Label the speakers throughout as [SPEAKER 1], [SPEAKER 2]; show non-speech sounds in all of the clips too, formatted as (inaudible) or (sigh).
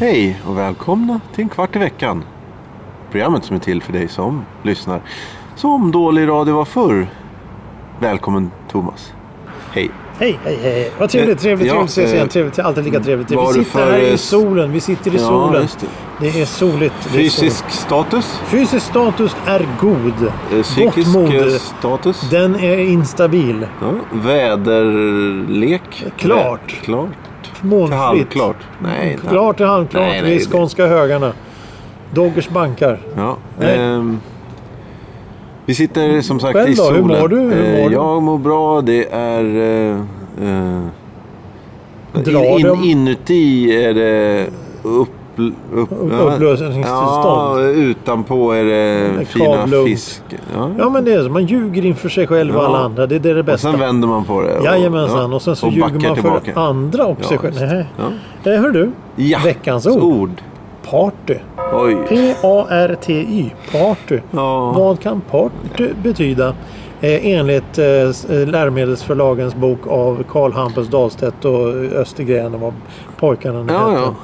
[SPEAKER 1] Hej och välkomna till en kvart i veckan. Programmet som är till för dig som lyssnar. Som dålig radio var förr. Välkommen Thomas. Hej.
[SPEAKER 2] Hej, hej, hej. Vad trevligt,
[SPEAKER 1] Eh,
[SPEAKER 2] trevligt,
[SPEAKER 1] ja,
[SPEAKER 2] trevligt att ses
[SPEAKER 1] eh,
[SPEAKER 2] igen. Trevligt, alltid lika trevligt. Vi
[SPEAKER 1] vad har du
[SPEAKER 2] sitter
[SPEAKER 1] för,
[SPEAKER 2] här
[SPEAKER 1] eh,
[SPEAKER 2] i solen. Vi sitter i
[SPEAKER 1] ja,
[SPEAKER 2] solen.
[SPEAKER 1] just det.
[SPEAKER 2] Det är soligt. Det är
[SPEAKER 1] Fysisk status.
[SPEAKER 2] soligt. Fysisk status är god.
[SPEAKER 1] eh, Psykisk
[SPEAKER 2] Gott mod.
[SPEAKER 1] eh, status.
[SPEAKER 2] Den är instabil.
[SPEAKER 1] Ja, väderlek.
[SPEAKER 2] Klart.
[SPEAKER 1] Vä- klart. Till
[SPEAKER 2] Molnfritt.
[SPEAKER 1] halvklart. Nej, inte
[SPEAKER 2] Klart är halvklart.
[SPEAKER 1] Nej, nej,
[SPEAKER 2] Vi är i
[SPEAKER 1] det-
[SPEAKER 2] skånska högarna. Doggers bankar.
[SPEAKER 1] Ja,
[SPEAKER 2] Nej.
[SPEAKER 1] ehm, vi sitter som sagt
[SPEAKER 2] Själv
[SPEAKER 1] i
[SPEAKER 2] då? Hur
[SPEAKER 1] solen.
[SPEAKER 2] mår du? Hur
[SPEAKER 1] Eh,
[SPEAKER 2] mår du?
[SPEAKER 1] jag mår bra. Det är... Eh, eh,
[SPEAKER 2] Drar
[SPEAKER 1] in,
[SPEAKER 2] de-
[SPEAKER 1] Inuti är det upp, upp, Ja,
[SPEAKER 2] upplösningstillstånd.
[SPEAKER 1] utanpå är det
[SPEAKER 2] Med
[SPEAKER 1] fina
[SPEAKER 2] kavlugn.
[SPEAKER 1] fisk. Ja.
[SPEAKER 2] Ja, men det är så. Man ljuger inför sig själv och
[SPEAKER 1] Ja.
[SPEAKER 2] alla andra. Det, det är det
[SPEAKER 1] och
[SPEAKER 2] bästa.
[SPEAKER 1] sen vänder man på det. och-
[SPEAKER 2] Jajamensan.
[SPEAKER 1] ja,
[SPEAKER 2] Och sen så ljuger
[SPEAKER 1] backar
[SPEAKER 2] man för
[SPEAKER 1] tillbaka.
[SPEAKER 2] andra och
[SPEAKER 1] Ja,
[SPEAKER 2] sig själv.
[SPEAKER 1] just det.
[SPEAKER 2] Nej.
[SPEAKER 1] Ja.
[SPEAKER 2] Eh, Hör du.
[SPEAKER 1] Ja.
[SPEAKER 2] Veckans ord. Party.
[SPEAKER 1] Oj.
[SPEAKER 2] P-A-R-T-Y. Party.
[SPEAKER 1] Ja.
[SPEAKER 2] Vad kan party betyda? Eh, enligt eh, s- eh, läromedelsförlagens bok av Karl Hampus Dahlstedt och Östergren och vad pojkarna nu
[SPEAKER 1] Ja,
[SPEAKER 2] hette.
[SPEAKER 1] ja.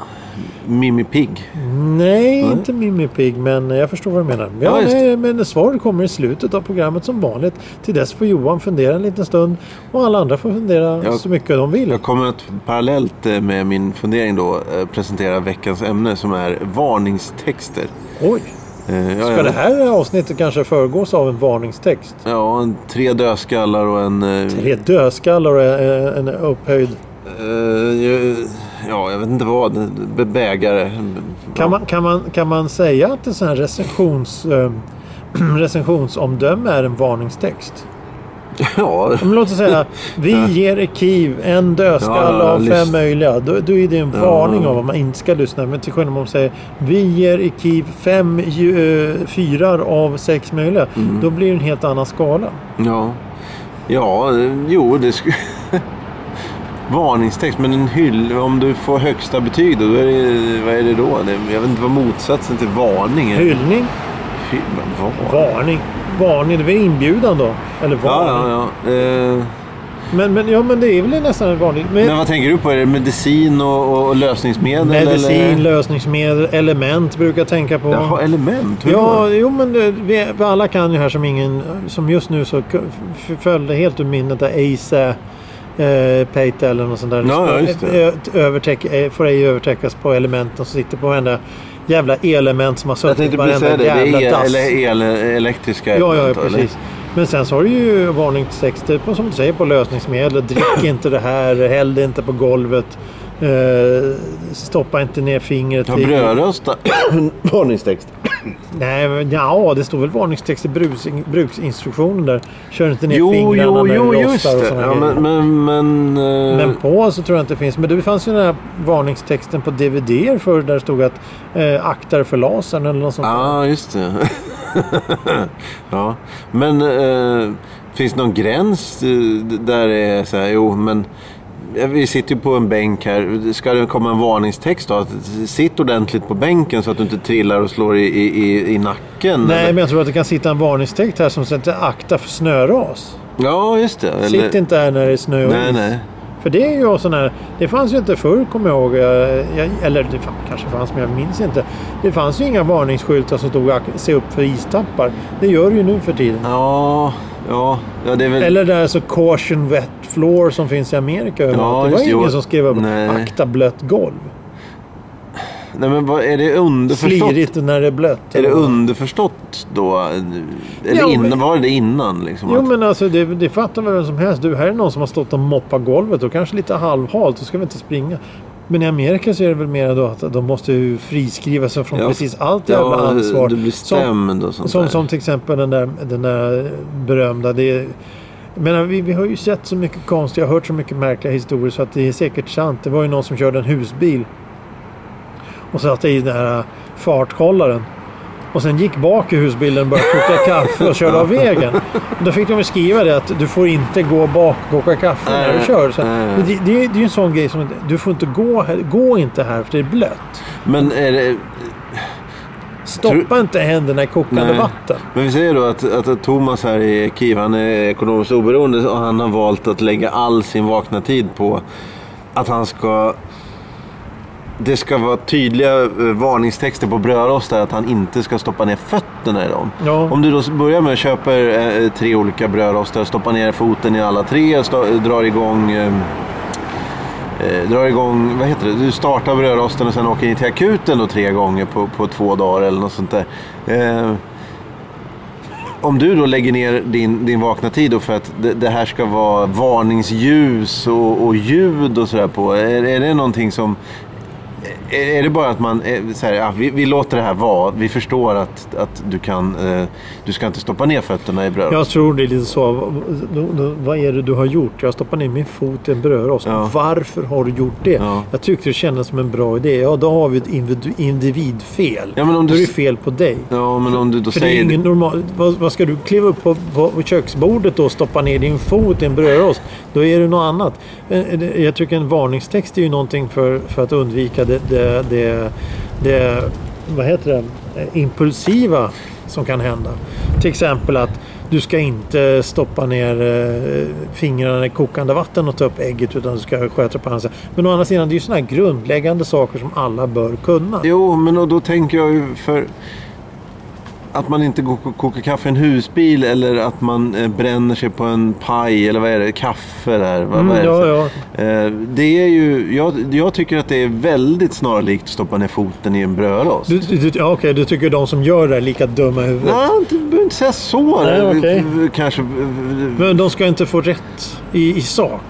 [SPEAKER 1] Mimi Pigg.
[SPEAKER 2] Nej, inte Mimmi Pigg, men jag förstår vad du menar. Ja,
[SPEAKER 1] Ja, just
[SPEAKER 2] nej, men svaret kommer i slutet av programmet som vanligt. Till dess får Johan fundera en liten stund och alla andra får fundera
[SPEAKER 1] Jag-
[SPEAKER 2] så mycket de vill.
[SPEAKER 1] Jag kommer att parallellt eh, med min fundering då eh, presentera veckans ämne som är varningstexter.
[SPEAKER 2] Oj,
[SPEAKER 1] Eh, ja,
[SPEAKER 2] ska
[SPEAKER 1] ja.
[SPEAKER 2] det här avsnittet kanske föregås av en varningstext?
[SPEAKER 1] Ja, en, tre dödskallar och en... eh,
[SPEAKER 2] Tre dödskallar och eh, en upphöjd
[SPEAKER 1] eh, ju- ja, jag vet inte vad. Be- Bägare. (laughs)
[SPEAKER 2] Kan, man, kan, man, kan man säga att en sån här recensions, eh, (clears throat) recensionsomdöme är en varningstext?
[SPEAKER 1] Ja,
[SPEAKER 2] Men låt
[SPEAKER 1] (laughs)
[SPEAKER 2] oss säga, vi ger Kiv en dödskalle
[SPEAKER 1] Ja, ja,
[SPEAKER 2] av fem
[SPEAKER 1] lyssna.
[SPEAKER 2] möjliga. Då, då är det en varning om att man inte ska lyssna. Men till skillnad om man säger, vi ger Kiv fem ju- eh, fyrar av sex möjliga.
[SPEAKER 1] Mm.
[SPEAKER 2] Då blir det en helt annan skala.
[SPEAKER 1] ja. Ja, eh, jo, det skulle... (laughs) Varningstext, men en hyll... Om du får högsta betyg då, då är det, vad är det då? Det, jag vet inte vad motsatsen till varning är.
[SPEAKER 2] Hyllning,
[SPEAKER 1] Hyll, vad?
[SPEAKER 2] varning. Varning, det är väl inbjudan då? Eller
[SPEAKER 1] Ja,
[SPEAKER 2] varning.
[SPEAKER 1] ja, ja. Eh,
[SPEAKER 2] Men, men, ja, men det är väl nästan en varning. Men-
[SPEAKER 1] men vad tänker du på? Är det medicin och, och lösningsmedel?
[SPEAKER 2] Medicin,
[SPEAKER 1] eller?
[SPEAKER 2] lösningsmedel, element brukar jag tänka på.
[SPEAKER 1] Jaha, element? Hur
[SPEAKER 2] Ja,
[SPEAKER 1] då?
[SPEAKER 2] jo men det, vi, vi alla kan ju här som ingen, som just nu så k- f- följde helt ur minnet där Ace eh, Pate eller något sånt där.
[SPEAKER 1] Ja, ja, just det.
[SPEAKER 2] Ö- Övertäck, eh, får ej övertäckas på elementen som sitter på varenda jävla element som har
[SPEAKER 1] Jag
[SPEAKER 2] suttit
[SPEAKER 1] tänkte
[SPEAKER 2] på
[SPEAKER 1] precis
[SPEAKER 2] varenda
[SPEAKER 1] säga det.
[SPEAKER 2] jävla
[SPEAKER 1] Det är
[SPEAKER 2] dass.
[SPEAKER 1] el, eller el, elektriska
[SPEAKER 2] Ja, ja,
[SPEAKER 1] element, eller?
[SPEAKER 2] precis. Men sen så har du ju varningstexter på, som du säger på lösningsmedel.
[SPEAKER 1] (coughs)
[SPEAKER 2] Drick inte det här, häll det inte på golvet. Eh, stoppa inte ner fingret
[SPEAKER 1] Ta
[SPEAKER 2] i...
[SPEAKER 1] brödrosta. Varningstext.
[SPEAKER 2] Nej, men ja, det står väl varningstext i brus- bruksinstruktionen där. Kör inte ner
[SPEAKER 1] Jo,
[SPEAKER 2] fingrarna
[SPEAKER 1] jo,
[SPEAKER 2] när
[SPEAKER 1] jo,
[SPEAKER 2] du
[SPEAKER 1] just
[SPEAKER 2] rostar och
[SPEAKER 1] det.
[SPEAKER 2] sådana
[SPEAKER 1] Ja, men,
[SPEAKER 2] grejer.
[SPEAKER 1] men, men, eh,
[SPEAKER 2] Men på så tror jag inte det finns. Men det fanns ju den här varningstexten på DVD förr där det stod att eh, akta dig för lasern eller något sånt.
[SPEAKER 1] Ja, ah, just det. (laughs) ja. Men eh, finns det någon gräns eh, där det är så här, jo men eh, vi sitter ju på en bänk här. Ska det komma en varningstext då? Att sitt ordentligt på bänken så att du inte trillar och slår i, i, i, i nacken.
[SPEAKER 2] Nej,
[SPEAKER 1] eller?
[SPEAKER 2] men jag tror att det kan sitta en varningstext här som säger akta för snöras.
[SPEAKER 1] Ja, just det.
[SPEAKER 2] Sitt inte här när det är snö och
[SPEAKER 1] Nej,
[SPEAKER 2] is.
[SPEAKER 1] nej.
[SPEAKER 2] För det är ju sån här, det fanns ju inte förr kommer jag ihåg, eh, jag, eller det fan, kanske fanns men jag minns inte. Det fanns ju inga varningsskyltar som stod "Ak- se upp för istappar. Det gör det ju nu för tiden.
[SPEAKER 1] Ja, ja, ja det är väl...
[SPEAKER 2] Eller det här så caution wet floor som finns i Amerika. överallt. det
[SPEAKER 1] just
[SPEAKER 2] var ju
[SPEAKER 1] det,
[SPEAKER 2] ingen
[SPEAKER 1] jo.
[SPEAKER 2] som skrev upp
[SPEAKER 1] Nej.
[SPEAKER 2] akta blött golv.
[SPEAKER 1] Nej, men vad, är det underförstått?
[SPEAKER 2] Slirigt när det är blött.
[SPEAKER 1] Är det underförstått då? Eller
[SPEAKER 2] Ja, men-
[SPEAKER 1] innan, var det det innan? Liksom,
[SPEAKER 2] Jo
[SPEAKER 1] att-
[SPEAKER 2] men alltså det, det fattar väl vem som helst. Du, här är någon som har stått och moppat golvet och kanske lite halvhalt. Då ska vi inte springa. Men i Amerika så är det väl mer då att de måste ju friskriva sig från
[SPEAKER 1] Ja.
[SPEAKER 2] precis allt jävla ansvar.
[SPEAKER 1] Du blir stämd och sånt
[SPEAKER 2] Som,
[SPEAKER 1] där.
[SPEAKER 2] som till exempel den där, den där berömda. Det är, jag menar, vi, vi har ju sett så mycket konstiga, hört så mycket märkliga historier så att det är säkert sant. Det var ju någon som körde en husbil och satte i den här farthållaren. Och sen gick bak i husbilen och började koka kaffe och körde
[SPEAKER 1] (laughs)
[SPEAKER 2] av vägen. Och då fick de ju skriva det att du får inte gå bak och koka kaffe när du
[SPEAKER 1] Nej,
[SPEAKER 2] kör. Så,
[SPEAKER 1] nej.
[SPEAKER 2] men det, det, är- det är ju en sån grej som att du får inte gå här, gå inte här för det är blött.
[SPEAKER 1] Men, är det,
[SPEAKER 2] Stoppa inte händerna i kokande
[SPEAKER 1] Nej.
[SPEAKER 2] vatten.
[SPEAKER 1] men vi säger då att, att, att Thomas här i Kiev, han är ekonomiskt oberoende och han har valt att lägga all sin vakna tid på att han ska... Det ska vara tydliga eh, varningstexter på brödrostar att han inte ska stoppa ner fötterna i dem.
[SPEAKER 2] Ja.
[SPEAKER 1] Om du då börjar med att köpa eh, tre olika brödrostar, stoppa ner foten i alla tre, sta- drar igång... Eh, eh, drar igång, vad heter det, du startar brödrosten och sen åker in till akuten då tre gånger på, på två dagar eller något sånt där. Eh, om du då lägger ner din, din vakna tid då för att det, det här ska vara varningsljus och, och ljud och sådär på, är, är det någonting som är, är det bara att man eh, så här, ja, vi, vi låter det här vara, vi förstår att, att du kan, eh, du ska inte stoppa ner fötterna i brödet.
[SPEAKER 2] Jag tror det är lite så. v- v- v- Vad är det du har gjort? Jag stoppar ner min fot i en brödrost.
[SPEAKER 1] Ja.
[SPEAKER 2] Varför har du gjort det?
[SPEAKER 1] Ja.
[SPEAKER 2] Jag tyckte det kändes som en bra idé. Ja, då har vi ett individ- individfel.
[SPEAKER 1] Ja, men om
[SPEAKER 2] Då
[SPEAKER 1] du
[SPEAKER 2] är det
[SPEAKER 1] s-
[SPEAKER 2] fel på dig.
[SPEAKER 1] Ja, men om du då
[SPEAKER 2] För det är
[SPEAKER 1] säger...
[SPEAKER 2] ingen normal... Vad, vad ska du kliva upp på, på, på köksbordet då och stoppa ner din fot i en brödrost? Då är det något annat. Eh, eh, Jag tycker en varningstext är ju någonting för, för att undvika det, det, det, det... Vad heter det? Eh, Impulsiva som kan hända. Till exempel att du ska inte stoppa ner eh, fingrarna i kokande vatten och ta upp ägget utan du ska sköta på annat sätt. Men å andra sidan, det är ju sådana här grundläggande saker som alla bör kunna.
[SPEAKER 1] Jo, men och då tänker jag ju för att man inte går och kokar kaffe i en husbil eller att man eh, bränner sig på en paj eller vad är det, kaffe där. Vad, vad är
[SPEAKER 2] Mm,
[SPEAKER 1] det?
[SPEAKER 2] ja, ja.
[SPEAKER 1] Eh, Det är ju, jag, jag tycker att det är väldigt snarlikt att stoppa ner foten i en brödrost.
[SPEAKER 2] Du, du, du, ja, okej, du tycker de som gör det är lika dumma i huvudet.
[SPEAKER 1] Nej, du behöver inte säga så.
[SPEAKER 2] Nej, okej.
[SPEAKER 1] Kanske...
[SPEAKER 2] Men de ska inte få rätt i, i sak.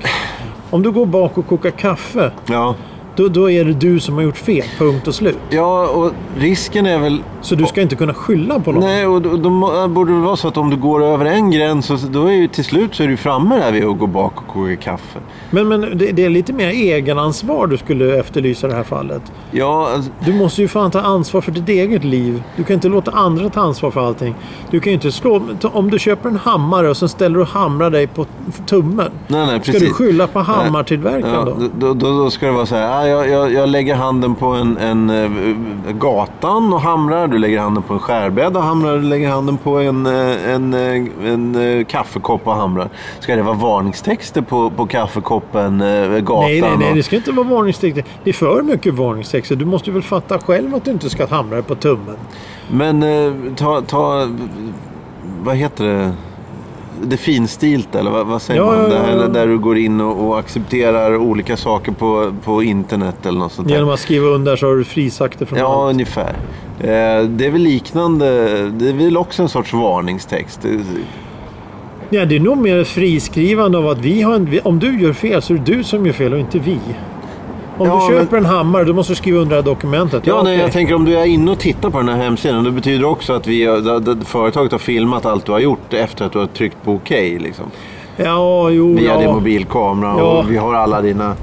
[SPEAKER 2] Om du går bak och kokar kaffe,
[SPEAKER 1] Ja.
[SPEAKER 2] då, då är det du som har gjort fel. Punkt och slut.
[SPEAKER 1] ja, och risken är väl
[SPEAKER 2] Så du ska inte kunna skylla på någon.
[SPEAKER 1] Nej, och då, då må- borde det vara så att om du går över en gräns, så- då är ju till slut så är du framme där vid att gå bak och koka kaffe.
[SPEAKER 2] Men, men det, det är lite mer egenansvar du skulle efterlysa i det här fallet.
[SPEAKER 1] Ja, alltså,
[SPEAKER 2] Du måste ju fan ta ansvar för ditt eget liv. Du kan inte låta andra ta ansvar för allting. Du kan ju inte slå... ta- Om du köper en hammare och sen ställer du och hamrar dig på tummen.
[SPEAKER 1] nej, nej,
[SPEAKER 2] Ska
[SPEAKER 1] precis.
[SPEAKER 2] du skylla på hammartillverkaren
[SPEAKER 1] Ja,
[SPEAKER 2] då?
[SPEAKER 1] då, då, då ska det vara så här, ah, jag, jag, jag lägger handen på en, en eh, gatan och hamrar, du lägger handen på en skärbräda och hamrar, du lägger handen på en, eh, en, eh, en, eh, kaffekopp och hamrar. Ska det vara varningstexter på, på kaffekoppen, eh, gatan?
[SPEAKER 2] Nej, nej, nej.
[SPEAKER 1] och-
[SPEAKER 2] Det ska inte vara varningstexter. Det är för mycket varningstexter. Du måste väl fatta själv att du inte ska hamra dig på tummen.
[SPEAKER 1] Men eh, ta, ta, vad heter det? Det finstilta, eller vad, vad säger
[SPEAKER 2] Ja,
[SPEAKER 1] man?
[SPEAKER 2] ja,
[SPEAKER 1] Det
[SPEAKER 2] ja,
[SPEAKER 1] här
[SPEAKER 2] ja.
[SPEAKER 1] där du går in och, och accepterar olika saker på, på internet eller något sånt där.
[SPEAKER 2] Genom att skriva under så har du frisagt det från
[SPEAKER 1] Ja,
[SPEAKER 2] allt.
[SPEAKER 1] ungefär. Eh, det är väl liknande, det är väl också en sorts varningstext. Det-
[SPEAKER 2] Ja, det är nog mer friskrivande av att vi har en... vi- Om du gör fel så är det du som gör fel och inte vi. Om
[SPEAKER 1] Ja,
[SPEAKER 2] du köper en hammare, då måste du skriva under det här dokumentet.
[SPEAKER 1] Ja, nej,
[SPEAKER 2] okej.
[SPEAKER 1] jag tänker om du är inne och tittar på den här hemsidan, det betyder också att vi, har- det- det- företaget har filmat allt du har gjort efter att du har tryckt på okej. liksom.
[SPEAKER 2] Ja, jo,
[SPEAKER 1] Via din
[SPEAKER 2] ja.
[SPEAKER 1] mobilkamera
[SPEAKER 2] Ja.
[SPEAKER 1] och vi har alla dina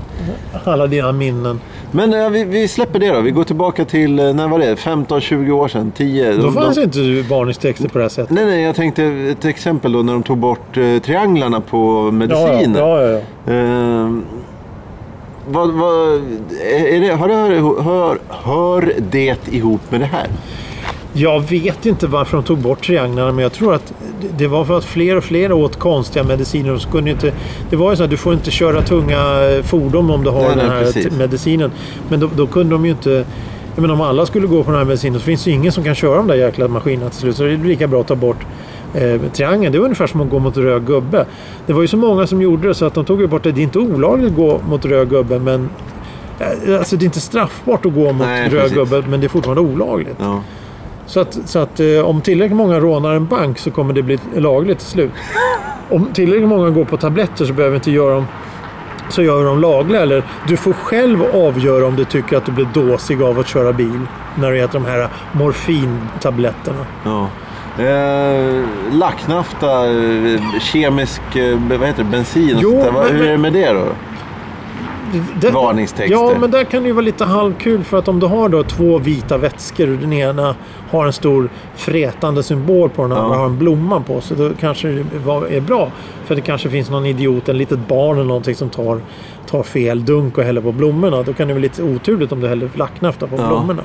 [SPEAKER 2] Alla dina minnen.
[SPEAKER 1] Men eh, vi, vi släpper det då. Vi går tillbaka till, eh, när var det? 15-20 år sedan? 10?
[SPEAKER 2] Då
[SPEAKER 1] De-
[SPEAKER 2] fanns
[SPEAKER 1] de,
[SPEAKER 2] inte varningstexter på det här sättet.
[SPEAKER 1] Nej, nej, jag tänkte ett exempel då när de tog bort eh, trianglarna på mediciner.
[SPEAKER 2] Ja, ja, ja.
[SPEAKER 1] Eh, vad, vad, är är det, hör, hör, hör, hör det ihop med det här?
[SPEAKER 2] Jag vet inte varför de tog bort trianglarna men jag tror att det- det var för att fler och fler åt konstiga mediciner. Och så kunde inte, det var ju så att du får inte köra tunga eh, fordon om du har
[SPEAKER 1] Nej,
[SPEAKER 2] den
[SPEAKER 1] nej,
[SPEAKER 2] här
[SPEAKER 1] precis.
[SPEAKER 2] t- medicinen. Men då, då kunde de ju inte... Jag menar, om alla skulle gå på den här medicinen så finns det ju ingen som kan köra de där jäkla maskinerna till slut. Så det är lika bra att ta bort eh, triangeln. Det är ungefär som att gå mot röd gubbe. Det var ju så många som gjorde det så att de tog ju bort det. Det är inte olagligt att gå mot röd gubbe men... eh, Alltså det är inte straffbart att gå mot
[SPEAKER 1] Nej,
[SPEAKER 2] röd
[SPEAKER 1] precis.
[SPEAKER 2] gubbe men det är fortfarande olagligt.
[SPEAKER 1] Ja.
[SPEAKER 2] Så att, så att eh, om tillräckligt många rånar en bank så kommer det bli lagligt till slut. Om tillräckligt många går på tabletter så behöver vi inte göra dem så gör vi dem lagliga. Eller du får själv avgöra om du tycker att du blir dåsig av att köra bil när du äter de här morfintabletterna.
[SPEAKER 1] ja. Eh, lacknafta, eh, kemisk eh, vad heter det, bensin och
[SPEAKER 2] Jo,
[SPEAKER 1] sånt där. Vad-
[SPEAKER 2] men-
[SPEAKER 1] Hur är det med det då?
[SPEAKER 2] Där-
[SPEAKER 1] Varningstexter.
[SPEAKER 2] Ja, men där kan det ju vara lite halvkul för att om du har då två vita vätskor och den ena har en stor frätande symbol på den andra har en blomma på sig. Då kanske det var- är bra. För det kanske finns någon idiot, en litet barn eller någonting som tar, tar fel dunk och häller på blommorna. Då kan det vara lite oturligt om du häller lacknafta på
[SPEAKER 1] Ja.
[SPEAKER 2] blommorna.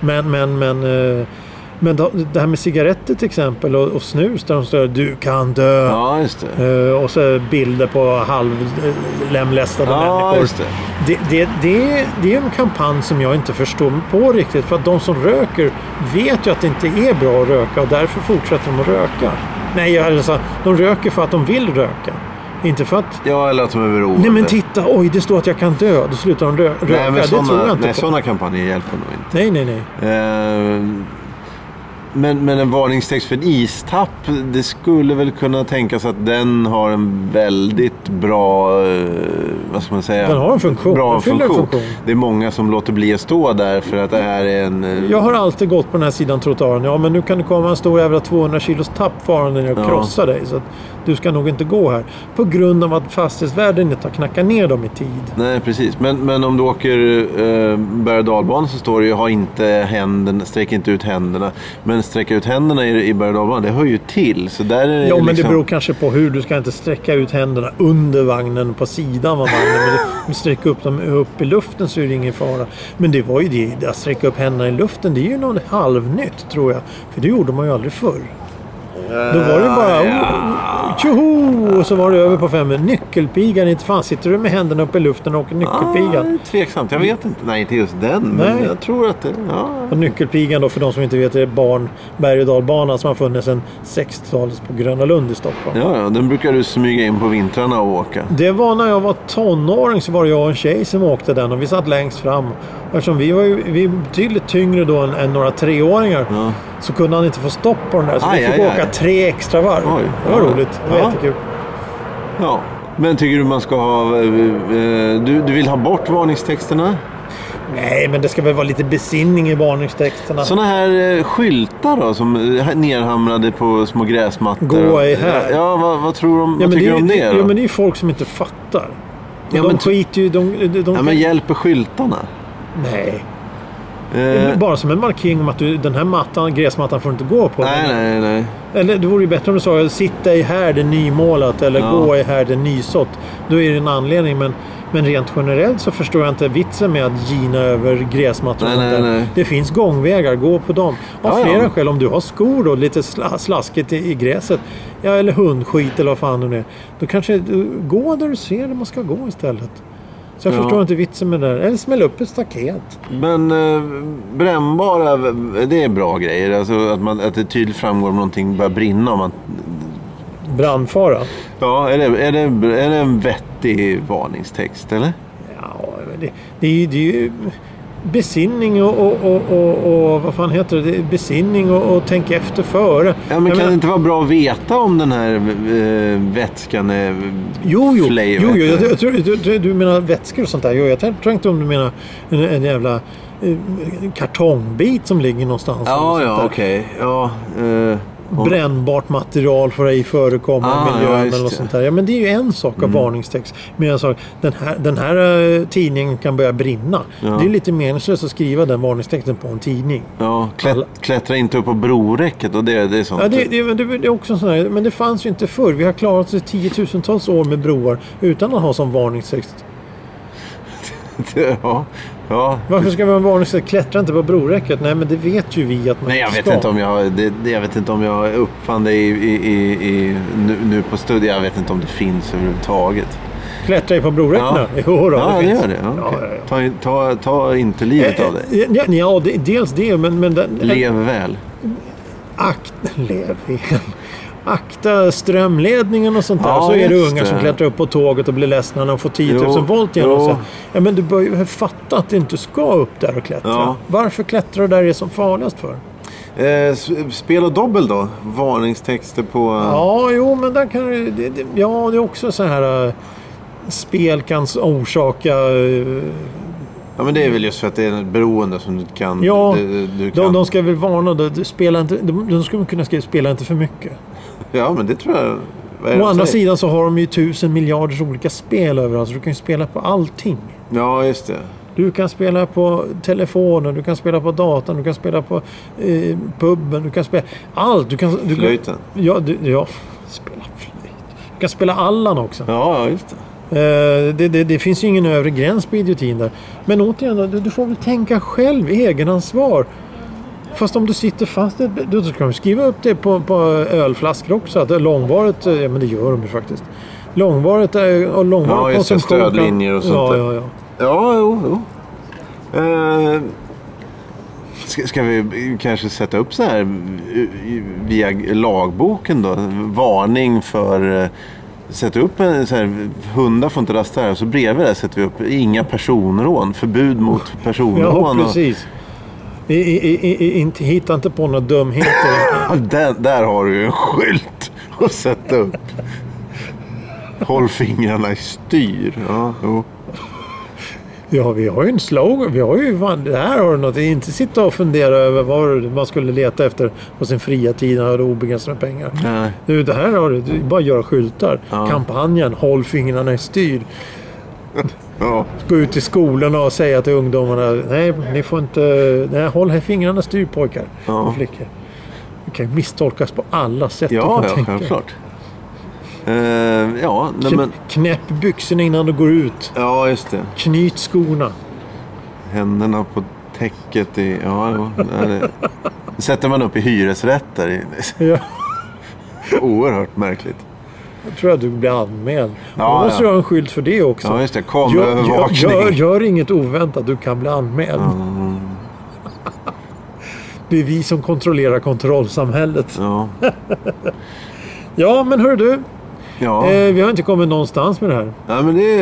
[SPEAKER 2] Men, men, men. eh, Men då- det här med cigaretter till exempel och, och snus där de står du kan dö.
[SPEAKER 1] Ja, just det.
[SPEAKER 2] Eh, och så bilder på halvlemlästade
[SPEAKER 1] Ja,
[SPEAKER 2] människor.
[SPEAKER 1] just det.
[SPEAKER 2] Det, det, det, det är en kampanj som jag inte förstår mig på riktigt. För att de som röker vet ju att det inte är bra att röka och därför fortsätter de att röka. Nej, alltså, de röker för att de vill röka. Inte för att...
[SPEAKER 1] Ja, eller att de är beroende.
[SPEAKER 2] Nej men titta, oj det står att jag kan dö. Då slutar de rö- röka.
[SPEAKER 1] Nej, men
[SPEAKER 2] det tror jag
[SPEAKER 1] sådana,
[SPEAKER 2] inte
[SPEAKER 1] nej,
[SPEAKER 2] på.
[SPEAKER 1] sådana kampanjer hjälper nog inte.
[SPEAKER 2] Nej, nej, nej.
[SPEAKER 1] Eh, Men, men en varningstext för en istapp, det skulle väl kunna tänkas att den har en väldigt bra, eh, vad ska man säga?
[SPEAKER 2] Den har en funktion.
[SPEAKER 1] Bra
[SPEAKER 2] Den fyller en
[SPEAKER 1] funktion.
[SPEAKER 2] funktion.
[SPEAKER 1] Det är många som låter bli att stå där för att det här är en... eh,
[SPEAKER 2] Jag har alltid gått på den här sidan trottoaren. Ja, men nu kan det komma en stor jävla 200 kilos tapp farande ner och
[SPEAKER 1] Ja.
[SPEAKER 2] krossa dig. Så att du ska nog inte gå här. På grund av att fastighetsvärden inte har knackat ner dem i tid.
[SPEAKER 1] Nej, precis. Men, men om du åker eh, berg och dalbana så står det ju ha inte händerna, sträck inte ut händerna. Men sträcka ut händerna i, i berg och dalbana, det hör ju till. Så där är det
[SPEAKER 2] Ja, men det
[SPEAKER 1] liksom-
[SPEAKER 2] beror kanske på hur. Du ska inte sträcka ut händerna under vagnen, på sidan av vagnen. Men om du sträcker upp dem upp i luften så är det ingen fara. Men det var ju det, att sträcka upp händerna i luften, det är ju något halvnytt tror jag. För det gjorde man ju aldrig förr. Då var det bara oh, tjoho! Och så var det över på fem minuter. Nyckelpigan, inte fan sitter du med händerna uppe i luften och åker
[SPEAKER 1] Ah,
[SPEAKER 2] nyckelpigan.
[SPEAKER 1] tveksamt, jag vet inte. Nej, inte just den. Men
[SPEAKER 2] Nej.
[SPEAKER 1] jag tror att det... Ja.
[SPEAKER 2] Och nyckelpigan då för de som inte vet det är barn berg och dalbana som har funnits sedan 60-talet på Gröna Lund i Stockholm.
[SPEAKER 1] Ja, ja, den brukar du smyga in på vintrarna och åka.
[SPEAKER 2] Det var när jag var tonåring så var det jag och en tjej som åkte den och vi satt längst fram. Och Eftersom vi var ju vi är betydligt tyngre då än, än några treåringar
[SPEAKER 1] Ja.
[SPEAKER 2] så kunde han inte få stopp på den där. Så
[SPEAKER 1] Aj,
[SPEAKER 2] vi fick
[SPEAKER 1] aj, aj.
[SPEAKER 2] åka tre extra varv.
[SPEAKER 1] Oj.
[SPEAKER 2] Det var roligt. Det var
[SPEAKER 1] Ja.
[SPEAKER 2] jättekul.
[SPEAKER 1] Ja. Men tycker du man ska ha... eh, eh, Du, du vill ha bort varningstexterna?
[SPEAKER 2] Nej, men det ska väl vara lite besinning i varningstexterna.
[SPEAKER 1] Sådana här eh, skyltar då, som eh, nerhamrade på små gräsmattor?
[SPEAKER 2] Gå ej här.
[SPEAKER 1] Ja, vad, vad tror de, vad
[SPEAKER 2] men
[SPEAKER 1] tycker
[SPEAKER 2] är,
[SPEAKER 1] du om det då?
[SPEAKER 2] Ja, men det är ju folk som inte fattar.
[SPEAKER 1] Ja,
[SPEAKER 2] de
[SPEAKER 1] men ty-
[SPEAKER 2] skiter ju... De, de, de,
[SPEAKER 1] ja, men hjälper skyltarna?
[SPEAKER 2] Nej.
[SPEAKER 1] Eh,
[SPEAKER 2] Bara som en markering om att du, den här mattan, gräsmattan får du inte gå på.
[SPEAKER 1] nej, nej, nej.
[SPEAKER 2] Eller det vore ju bättre om du sa sitt dig här det är nymålat eller
[SPEAKER 1] Ja.
[SPEAKER 2] gå i här det är nysått. Då är det en anledning. Men, men rent generellt så förstår jag inte vitsen med att gina över gräsmattor. och
[SPEAKER 1] Nej,
[SPEAKER 2] sånt där.
[SPEAKER 1] nej, nej.
[SPEAKER 2] Det finns gångvägar, gå på dem. Av
[SPEAKER 1] Ja, ja.
[SPEAKER 2] flera skäl. Om du har skor då, lite sla- slaskigt i, i gräset. Ja, eller hundskit eller vad fan det nu är. Då kanske du- gå där du ser det man ska gå istället. Så jag
[SPEAKER 1] Ja.
[SPEAKER 2] förstår inte vitsen med det där. Eller smäll upp ett staket.
[SPEAKER 1] Men eh, brännbara, eh, det är bra grejer. Alltså att, man, att det tydligt framgår om någonting börjar brinna. Om man,
[SPEAKER 2] Brandfara.
[SPEAKER 1] ja, är det, är, det, är det en vettig varningstext, eller?
[SPEAKER 2] Ja, men det, det, är ju, det är ju besinning och, och, och, och, och vad fan heter det? det? är Besinning och, och tänk efter före.
[SPEAKER 1] Ja, men
[SPEAKER 2] Jag
[SPEAKER 1] kan
[SPEAKER 2] menar-
[SPEAKER 1] det inte vara bra att veta om den här eh, vätskan är
[SPEAKER 2] Jo, jo.
[SPEAKER 1] flavor?
[SPEAKER 2] jo, jo jag, jag tror, du, du, du menar vätskor och sånt där. Jo, jag tror inte om du menar en, en jävla eh, kartongbit som ligger någonstans. eller
[SPEAKER 1] Ja,
[SPEAKER 2] sånt
[SPEAKER 1] ja,
[SPEAKER 2] där.
[SPEAKER 1] okej. Ja, eh, om-
[SPEAKER 2] Brännbart material får ej förekomma
[SPEAKER 1] Ah,
[SPEAKER 2] i miljön
[SPEAKER 1] ja, just
[SPEAKER 2] eller något
[SPEAKER 1] det. Mm.
[SPEAKER 2] sånt där. Ja, men det är ju en sak av varningstext. Men jag sa, den här, den här eh, tidningen kan börja brinna. Det är lite meningslöst att skriva den varningstexten på en tidning.
[SPEAKER 1] ja,
[SPEAKER 2] Alla-
[SPEAKER 1] klätt, klättra inte upp på broräcket och det, det är sånt.
[SPEAKER 2] Ja, det, det, men det, det är också en sån här, men det fanns ju inte förr. Vi har klarat oss i tiotusentals år med broar utan att ha som varningstext.
[SPEAKER 1] (laughs) ja, ja.
[SPEAKER 2] Varför ska vi ha en varningstext? Klättra inte på broräcket. Nej, men det vet ju vi att man
[SPEAKER 1] Nej, jag
[SPEAKER 2] inte
[SPEAKER 1] vet,
[SPEAKER 2] ska.
[SPEAKER 1] inte om jag, det, det, jag vet inte om jag uppfann det i, i, i, i, nu, nu på studier. Jag vet inte om det finns överhuvudtaget.
[SPEAKER 2] Klättra i på broräckena?
[SPEAKER 1] Ja.
[SPEAKER 2] Jo, då,
[SPEAKER 1] ja, det
[SPEAKER 2] finns.
[SPEAKER 1] gör det. Ja,
[SPEAKER 2] Ja,
[SPEAKER 1] okej.
[SPEAKER 2] ja, ja.
[SPEAKER 1] Ta, ta, ta inte livet av dig.
[SPEAKER 2] Eh, Ja, ja det, dels det, men... men den,
[SPEAKER 1] Lev väl.
[SPEAKER 2] akt, lev igen. Akta strömledningen och sånt där.
[SPEAKER 1] Ja,
[SPEAKER 2] så är det
[SPEAKER 1] just
[SPEAKER 2] ungar som
[SPEAKER 1] det.
[SPEAKER 2] klättrar upp på tåget och blir ledsna när de får 10 000
[SPEAKER 1] Jo,
[SPEAKER 2] volt genom sig.
[SPEAKER 1] jo.
[SPEAKER 2] Ja, men du bör ju fatta att du inte ska upp där och klättra.
[SPEAKER 1] Ja.
[SPEAKER 2] Varför klättrar du där det är som farligast för?
[SPEAKER 1] Eh, s- spel och dobbel då? Varningstexter på...
[SPEAKER 2] Ja, jo, men där kan det, det, det- Ja, det är också så här... eh, Spel kan orsaka... eh,
[SPEAKER 1] Ja, men det är väl just för att det är ett beroende som du kan...
[SPEAKER 2] Ja,
[SPEAKER 1] du, du
[SPEAKER 2] De,
[SPEAKER 1] kan.
[SPEAKER 2] de ska väl varna. De, de, spelar inte, de, de skulle kunna skriva spela inte för mycket.
[SPEAKER 1] Ja, men det tror jag Vad är det
[SPEAKER 2] Å
[SPEAKER 1] de
[SPEAKER 2] andra
[SPEAKER 1] säger?
[SPEAKER 2] sidan så har de ju tusen miljarders olika spel överallt. Så du kan ju spela på allting.
[SPEAKER 1] Ja, just det.
[SPEAKER 2] Du kan spela på telefonen, du kan spela på datorn, du kan spela på eh, puben, du kan spela allt. Du kan, du kan,
[SPEAKER 1] Flöjten.
[SPEAKER 2] ja, du, ja, spela flöjt. Du kan spela Allan också.
[SPEAKER 1] Ja, ja, just det.
[SPEAKER 2] Eh, det, det, det finns ju ingen övre gräns på idiotin där. Men återigen, då, du, du får väl tänka själv, egenansvar. Fast om du sitter fast, i ett- då ska de skriva upp det på, på ölflaskor också. Att långvarigt, eh, ja men det gör de ju faktiskt. Långvarigt eh, och långvarig
[SPEAKER 1] Ja, just det,
[SPEAKER 2] konsumtion. kan-
[SPEAKER 1] stödlinjer och sånt
[SPEAKER 2] ja,
[SPEAKER 1] där.
[SPEAKER 2] ja, ja.
[SPEAKER 1] Ja, jo, jo. Eh, ska, ska vi kanske sätta upp så här eh, via lagboken då? Varning för... eh, Sätta upp en så här, hundar får inte rasta här. Och så bredvid det sätter vi upp inga personrån. Förbud mot
[SPEAKER 2] Ja,
[SPEAKER 1] personrån. och-
[SPEAKER 2] precis. I, i, i, i, inte, hitta inte på några dumheter.
[SPEAKER 1] (laughs) Ja, där, där har du ju en skylt att sätta upp. Håll fingrarna i styr. Ja, jo.
[SPEAKER 2] ja, vi har ju en slogan. Vi har ju, fan, det här har du något. Inte sitta och fundera över vad man skulle leta efter på sin fria tid när man hade obegränsade pengar.
[SPEAKER 1] Nej.
[SPEAKER 2] Du, det här har du. du bara göra skyltar. Kampanjen Håll fingrarna i styr.
[SPEAKER 1] Ja.
[SPEAKER 2] Gå ut till skolorna och säga till ungdomarna. Nej, ni får inte... Nej, håll fingrarna i styr pojkar
[SPEAKER 1] Ja.
[SPEAKER 2] och flickor. Det kan ju misstolkas på alla sätt du
[SPEAKER 1] Ja,
[SPEAKER 2] kan
[SPEAKER 1] ja
[SPEAKER 2] tänka dig.
[SPEAKER 1] självklart. Eh, ja, nej, men,
[SPEAKER 2] Knäpp byxorna innan du går ut.
[SPEAKER 1] ja, just det.
[SPEAKER 2] Knyt skorna.
[SPEAKER 1] Händerna på täcket. I, ja, jo, nej, det, det sätter man upp i hyresrätter. Det
[SPEAKER 2] Ja,
[SPEAKER 1] är (laughs) Oerhört märkligt.
[SPEAKER 2] jag tror att du blir anmäld.
[SPEAKER 1] Ja,
[SPEAKER 2] Då måste
[SPEAKER 1] ja.
[SPEAKER 2] du ha en skylt för det också.
[SPEAKER 1] Ja, just det.
[SPEAKER 2] Gör, gör,
[SPEAKER 1] Kameraövervakning.
[SPEAKER 2] gör, gör inget oväntat, du kan bli anmäld.
[SPEAKER 1] Mm.
[SPEAKER 2] (laughs) Det är vi som kontrollerar kontrollsamhället.
[SPEAKER 1] Ja,
[SPEAKER 2] Ja, men hör du.
[SPEAKER 1] ja.
[SPEAKER 2] Eh, vi har inte kommit någonstans med det här.
[SPEAKER 1] Nej, men det,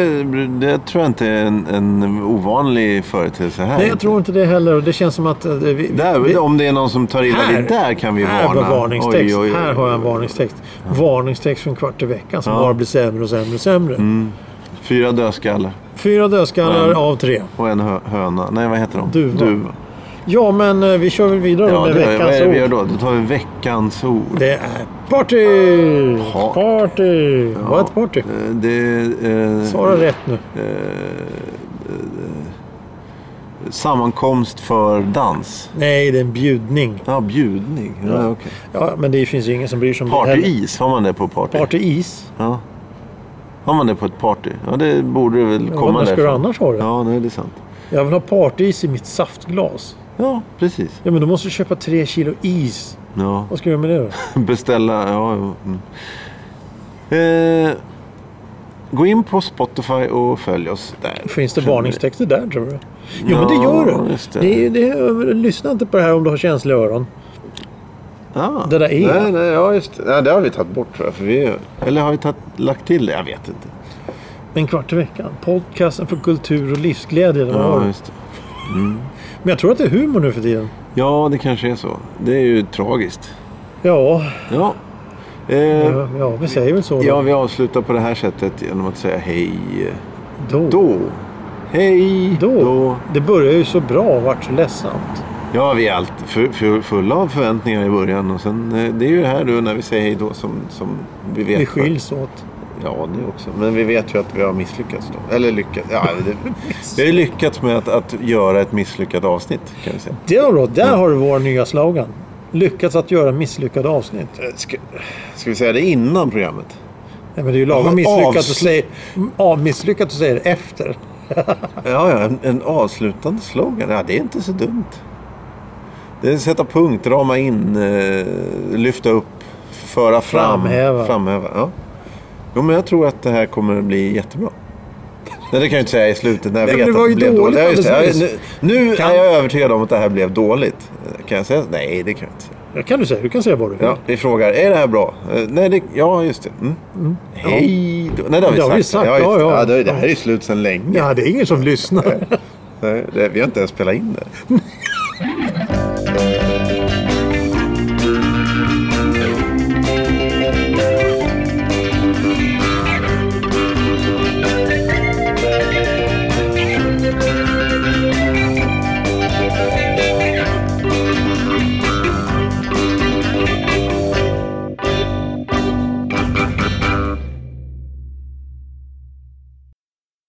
[SPEAKER 1] det tror jag inte är en, en ovanlig företeelse här.
[SPEAKER 2] Nej, jag tror inte det heller. Och Det känns som att... eh, vi, vi- vi-
[SPEAKER 1] Där, om det är någon som tar illa
[SPEAKER 2] Här.
[SPEAKER 1] vid där kan vi
[SPEAKER 2] Här
[SPEAKER 1] varna.
[SPEAKER 2] var varningstext. Här har jag en varningstext. Varningstext från kvart i veckan som
[SPEAKER 1] Ja. Mm.
[SPEAKER 2] bara blir sämre och sämre och sämre.
[SPEAKER 1] Fyra dödskallar
[SPEAKER 2] Fyra dödskallar
[SPEAKER 1] Men-
[SPEAKER 2] av tre.
[SPEAKER 1] och en hö- höna. Nej, vad heter de?
[SPEAKER 2] Duva. Ja, men eh, vi kör väl vidare
[SPEAKER 1] Ja,
[SPEAKER 2] med
[SPEAKER 1] det, vad är
[SPEAKER 2] veckans
[SPEAKER 1] det vi gör
[SPEAKER 2] ord.
[SPEAKER 1] då? Då tar vi veckans ord.
[SPEAKER 2] Det är party!
[SPEAKER 1] Pa-
[SPEAKER 2] Party! Vad är ett party?
[SPEAKER 1] Eh, Det eh,
[SPEAKER 2] Svara rätt nu.
[SPEAKER 1] eh, eh, sammankomst för dans.
[SPEAKER 2] Nej, det är en bjudning.
[SPEAKER 1] Ja, bjudning. Ja,
[SPEAKER 2] Ja.
[SPEAKER 1] okej.
[SPEAKER 2] Ja, men det finns ju ingen som bryr sig om det heller.
[SPEAKER 1] Partyis, har man det på party?
[SPEAKER 2] Partyis?
[SPEAKER 1] Ja. Har man det på ett party? Ja, det borde det väl
[SPEAKER 2] Ja,
[SPEAKER 1] komma
[SPEAKER 2] när ska du
[SPEAKER 1] därifrån.
[SPEAKER 2] annars ha det?
[SPEAKER 1] Ja, nej, det är sant.
[SPEAKER 2] Jag vill ha partyis i mitt saftglas.
[SPEAKER 1] Ja, precis.
[SPEAKER 2] Ja, men då måste du köpa tre kilo is.
[SPEAKER 1] Ja. (laughs)
[SPEAKER 2] Vad ska jag göra med det då?
[SPEAKER 1] Beställa, ja. jo, Mm. Eh, gå in på Spotify och följ oss där.
[SPEAKER 2] Finns det
[SPEAKER 1] Känner-
[SPEAKER 2] varningstexter där tror du? Jo, men det
[SPEAKER 1] Ja,
[SPEAKER 2] gör det.
[SPEAKER 1] just det.
[SPEAKER 2] det. det är- lyssna inte på det här om du har känsliga öron.
[SPEAKER 1] Ah.
[SPEAKER 2] Det där är-
[SPEAKER 1] Nej, nej, ja, just det. Nej, det har vi tagit bort tror jag. För vi, eller har vi tagit, lagt till det? Jag vet inte.
[SPEAKER 2] En kvart i veckan. Podcasten för kultur och livsglädje. eller vad har
[SPEAKER 1] Ja,
[SPEAKER 2] du?
[SPEAKER 1] just det.
[SPEAKER 2] Men jag tror att det är humor nu för tiden.
[SPEAKER 1] ja, det kanske är så. Det är ju tragiskt.
[SPEAKER 2] Ja,
[SPEAKER 1] Ja. Eh,
[SPEAKER 2] ja, ja vi säger väl så. då.
[SPEAKER 1] ja, vi avslutar på det här sättet genom att säga hej eh,
[SPEAKER 2] då.
[SPEAKER 1] då. Hej
[SPEAKER 2] Då.
[SPEAKER 1] då.
[SPEAKER 2] Det börjar ju så bra och vart så ledsamt.
[SPEAKER 1] Ja, vi är allt fu- fu- fulla av förväntningar i början. Och sen, eh, det är ju det här då när vi säger hej då som, som vi vet.
[SPEAKER 2] Vi skiljs åt.
[SPEAKER 1] Ja, det också. Men vi vet ju att vi har misslyckats då. Eller lyckats. Ja, det, vi har ju lyckats med att, att göra ett misslyckat avsnitt kan vi säga.
[SPEAKER 2] Det var bra. Där
[SPEAKER 1] Mm.
[SPEAKER 2] har du vår nya slogan. Lyckats att göra misslyckade avsnitt.
[SPEAKER 1] Eh, Ska, ska vi säga det innan programmet?
[SPEAKER 2] Nej, men det är ju lagom misslyckat att
[SPEAKER 1] Avsl-
[SPEAKER 2] säga, ja, misslyckat att säga det efter.
[SPEAKER 1] Ja, ja en, en avslutande slogan. Ja, det är inte så dumt. Det är sätta punkt, rama in, eh, lyfta upp, föra fram.
[SPEAKER 2] Framhäva.
[SPEAKER 1] framhäva ja. Jo, men jag tror att det här kommer att bli jättebra. Nej, det kan jag inte säga i slutet när jag
[SPEAKER 2] Nej,
[SPEAKER 1] vet
[SPEAKER 2] men
[SPEAKER 1] att
[SPEAKER 2] det var
[SPEAKER 1] det
[SPEAKER 2] ju
[SPEAKER 1] blev
[SPEAKER 2] dåligt
[SPEAKER 1] dåligt. Ja, just det.
[SPEAKER 2] alldeles
[SPEAKER 1] Ja,
[SPEAKER 2] nyss.
[SPEAKER 1] nu nu
[SPEAKER 2] Kan-
[SPEAKER 1] är jag övertygad om att det här blev dåligt. Kan jag säga Nej, det kan jag inte säga.
[SPEAKER 2] Det kan du säga. Du kan säga vad du vill.
[SPEAKER 1] Ja, vi frågar, är det här bra? Eh, nej, det, ja, just det. Mm. Hej då. Nej, det har vi
[SPEAKER 2] Det
[SPEAKER 1] sagt.
[SPEAKER 2] har vi sagt,
[SPEAKER 1] just
[SPEAKER 2] ja,
[SPEAKER 1] det.
[SPEAKER 2] ja.
[SPEAKER 1] Ja, det, det här är ju slut sedan länge.
[SPEAKER 2] Ja, det är ingen som lyssnar.
[SPEAKER 1] Nej, det, vi har inte ens spelat in det.